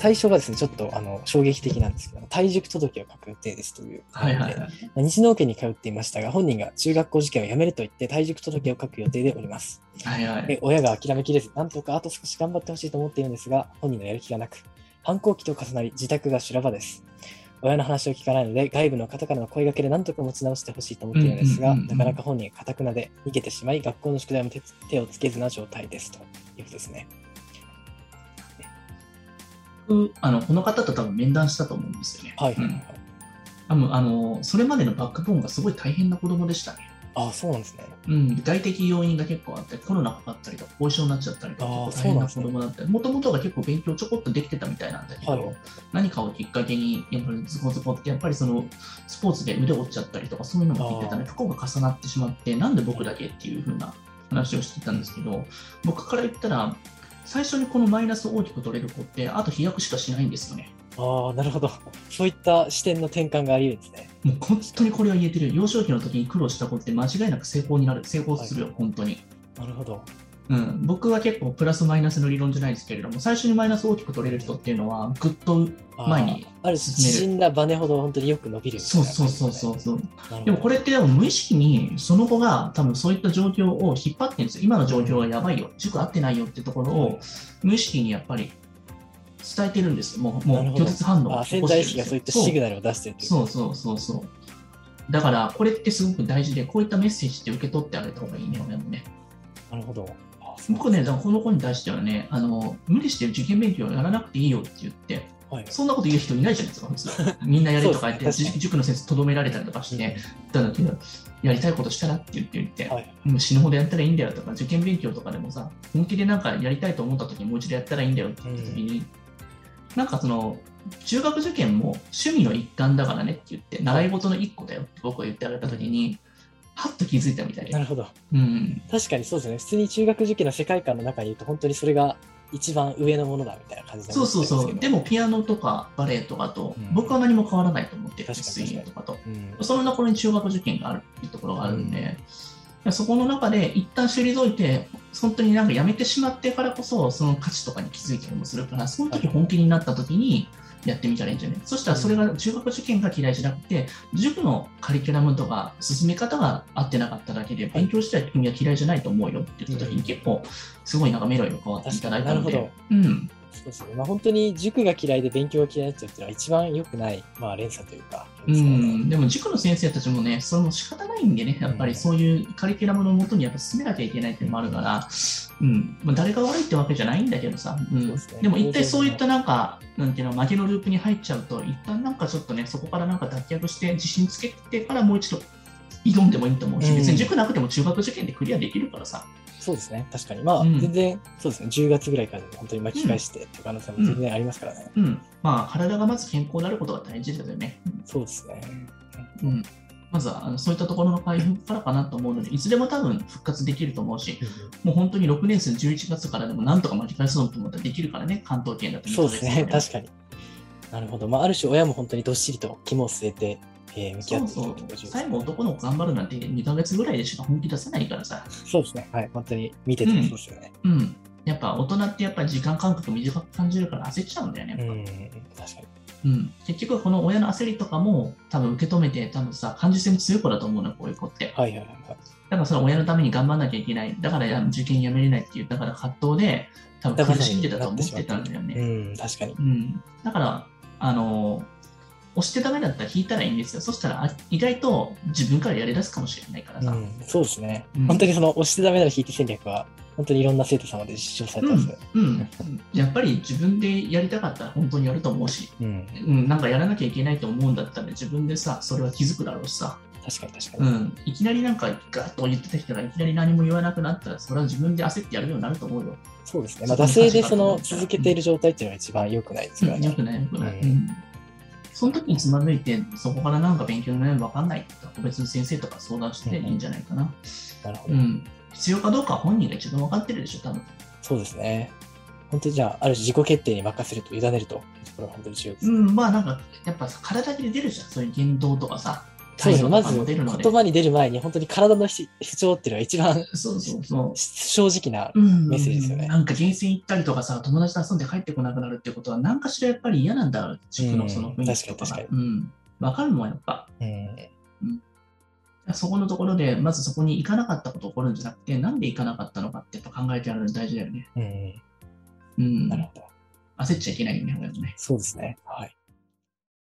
最初がですね、ちょっとあの衝撃的なんですけど、退塾届を書く予定ですということはで、いはいはい。まあ西農家に通っていましたが、本人が中学校受験をやめると言って退塾届を書く予定でおります。はいはい。で親が諦めきれず、なんとかあと少し頑張ってほしいと思っているんですが、本人のやる気がなく、反抗期と重なり、自宅が修羅場です。親の話を聞かないので、外部の方からの声がけで何とか持ち直してほしいと思っているのですが、うんうんうんうんなかなか本人がかたくなで逃げてしまい、学校の宿題も手つ手をつけずな状態ですということですね。僕あのこの方と多分面談したと思うんですよね。はい。うん多分あのそれまでのバックボーンがすごい大変な子供でしたね。ああ、そうなんですね。うん、外的要因が結構あって、コロナかかったりとか、後遺症になっちゃったりとか、あー結構大変な子供だったり、もともとが結構勉強ちょこっとできてたみたいなんだけど、はい何かをきっかけに、やっぱりズコズコって、やっぱりそのスポーツで腕折っちゃったりとか、そういうのも聞いてたね、不幸が重なってしまって、なんで僕だけっていう風な話をしてたんですけど、僕から言ったら、最初にこのマイナスを大きく取れる子って、あと飛躍しかしないんですよね。ああ、なるほど。そういった視点の転換があり得るんですね。もう本当にこれは言えてるよ。幼少期の時に苦労した子って間違いなく成功になる、成功するよ、本当に。なるほど。うん、僕は結構プラスマイナスの理論じゃないですけれども最初にマイナスを大きく取れる人っていうのはぐっとあー前にある種、進める縮んだバネほど本当によく伸びるみたいそうなそ感うじですそね、うそうそうなるほどでもこれってでも無意識にその子が多分そういった状況を引っ張ってるんですよ今の状況はやばいよ塾合ってないよってところを無意識にやっぱり伝えてるんですよもうもなうるほど拒絶反応あーを起潜こし在意てるん識ですよがそういったシグナルを出してるというそうそうそうそうそうだからこれってすごく大事でこういったメッセージって受け取ってあげた方がいいね親もねなるほど。あそう僕ね、だからこの子に対してはね、あの無理して受験勉強やらなくていいよって言って、はい。そんなこと言う人いないじゃないですか、普通。みんなやれとか言って、そうですね確かじ塾の先生とどめられたりとかして、たんだけど、やりたいことしたらって言って言って、はい。もう死ぬほどやったらいいんだよとか、受験勉強とかでもさ、本気でなんかやりたいと思った時にもう一度やったらいいんだよって言った時に、なんかその、中学受験も趣味の一環だからねって言って、習い事の一個だよって僕が言ってあげた時に、はっと気づいたみたいなで。るほど。うん確かにそうですね。普通に中学受験の世界観の中にいると、本当にそれが一番上のものだみたいな感じになそうっちゃそんうですけどそう、でもピアノとかバレエとかと、うん僕は何も変わらないと思ってる、確かに水泳とかと。うんその残りに中学受験があるっていうところがあるんで、そこの中で一旦退いて、本当になんかやめてしまってからこそ、その価値とかに気づいたりもするから、その時本気になった時にやってみたらいいんじゃないそしたらそれが中学受験が嫌いじゃなくて、塾のカリキュラムとか進め方が合ってなかっただけで、勉強したい君は嫌いじゃないと思うよって言った時に結構、すごいなんかメロイが変わっていただいたの確かにでなる。うんそうですね。まあ本当に塾が嫌いで勉強が嫌いになっちゃうっていうのは一番良くない、まあ連鎖というか。うですよねん、でも塾の先生たちもね、その仕方ないんでね、やっぱりそういうカリキュラムのもとにやっぱ進めなきゃいけないっていうのもあるから、うんまあ、誰が悪いってわけじゃないんだけどさ、うんそうでですねも一体そういったなんか、なんていうの、負けのループに入っちゃうと、一旦なんかちょっとね、そこからなんか脱却して、自信つけてからもう一度挑んでもいいと思うし、うん別に塾なくても中学受験でクリアできるからさ、そうですね。確かに。まあ、うん全然、そうですね。10月ぐらいからでも本当に巻き返してっていう可能性も全然ありますからね。うん、まあ、体がまず健康であることが大事だよね。そうですね。うんまずはあのそういったところの回復からかなと思うので、いつでも多分復活できると思うし、もう本当に6年生の11月からでもなんとか巻き返そうと思ったらできるからね、関東圏だとそうですね。確かかに。なるほど。まあある種親も本当にどっしりと肝を据えて、えー向き合そっていくことうそうが重要ですね最後、男の子頑張るなんて2ヶ月ぐらいでしか本気出せないからさ、そうですね。はい。本当に見ててもそうですよね。うん、やっぱ大人ってやっぱり時間感覚短く感じるから焦っちゃうんだよね、うやっぱん、確かに。うん、結局この親の焦りとかも多分受け止めて、多分さ、感受性も強い子だと思うの、こういう子って。はいはいはいはい。だからその親のために頑張んなきゃいけない、だからや受験やめれないっていう、だから葛藤で、多分苦しんでたと思ってたんだよね。うん、確かに。うん、だから、あの押してダメだったら引いたらいいんですよ。そしたらあ意外と自分からやりだすかもしれないからうさ。ん、そうですね。うん本当にその押してダメなら引いて戦略は、本当にいろんな生徒様で実証されてます。うんうんやっぱり自分でやりたかったら本当にやると思うし、うん、うん、なんかやらなきゃいけないと思うんだったら自分でさ、それは気づくだろうしさ、確かに確かうに。ん、いきなりなんかガッと言ってた人がいきなり何も言わなくなったら、それは自分で焦ってやるようになると思うよ。そうですね。まあ、惰性でその続けている状態っていうのが一番良くないですからよね。くない、よくない。ううんんその時につまずいて、そこからなんか勉強の悩み分かんないって言ったら別の先生とか相談していいんじゃないかな。なるほうど。ん、必要かどうかは本人が一番分かってるでしょ、多分。そうですね。本当にじゃあ、ある種自己決定に任せると、委ねるというところが本当に重要です。うん、まあなんか、やっぱさ体で出るじゃん、そういう言動とかさ、そうですね。ま態度とず、かも出るので言葉に出る前に、本当に体のし不調っていうのが一番そうそうそう。正直な、メッセージですよねなんか源泉行ったりとかさ、友達と遊んで帰ってこなくなるってことは、なんかしらやっぱり嫌なんだろう、地区のその雰囲気とかが。うん確うん。わかるもん、やっぱ。うん、そこのところで、まずそこに行かなかったこと起こるんじゃなくて、なんで行かなかったのかってやっぱ考えてやるの大事だよね。うん、うんな。るほど。焦っちゃいけないよね、親もね。そうですね。はい。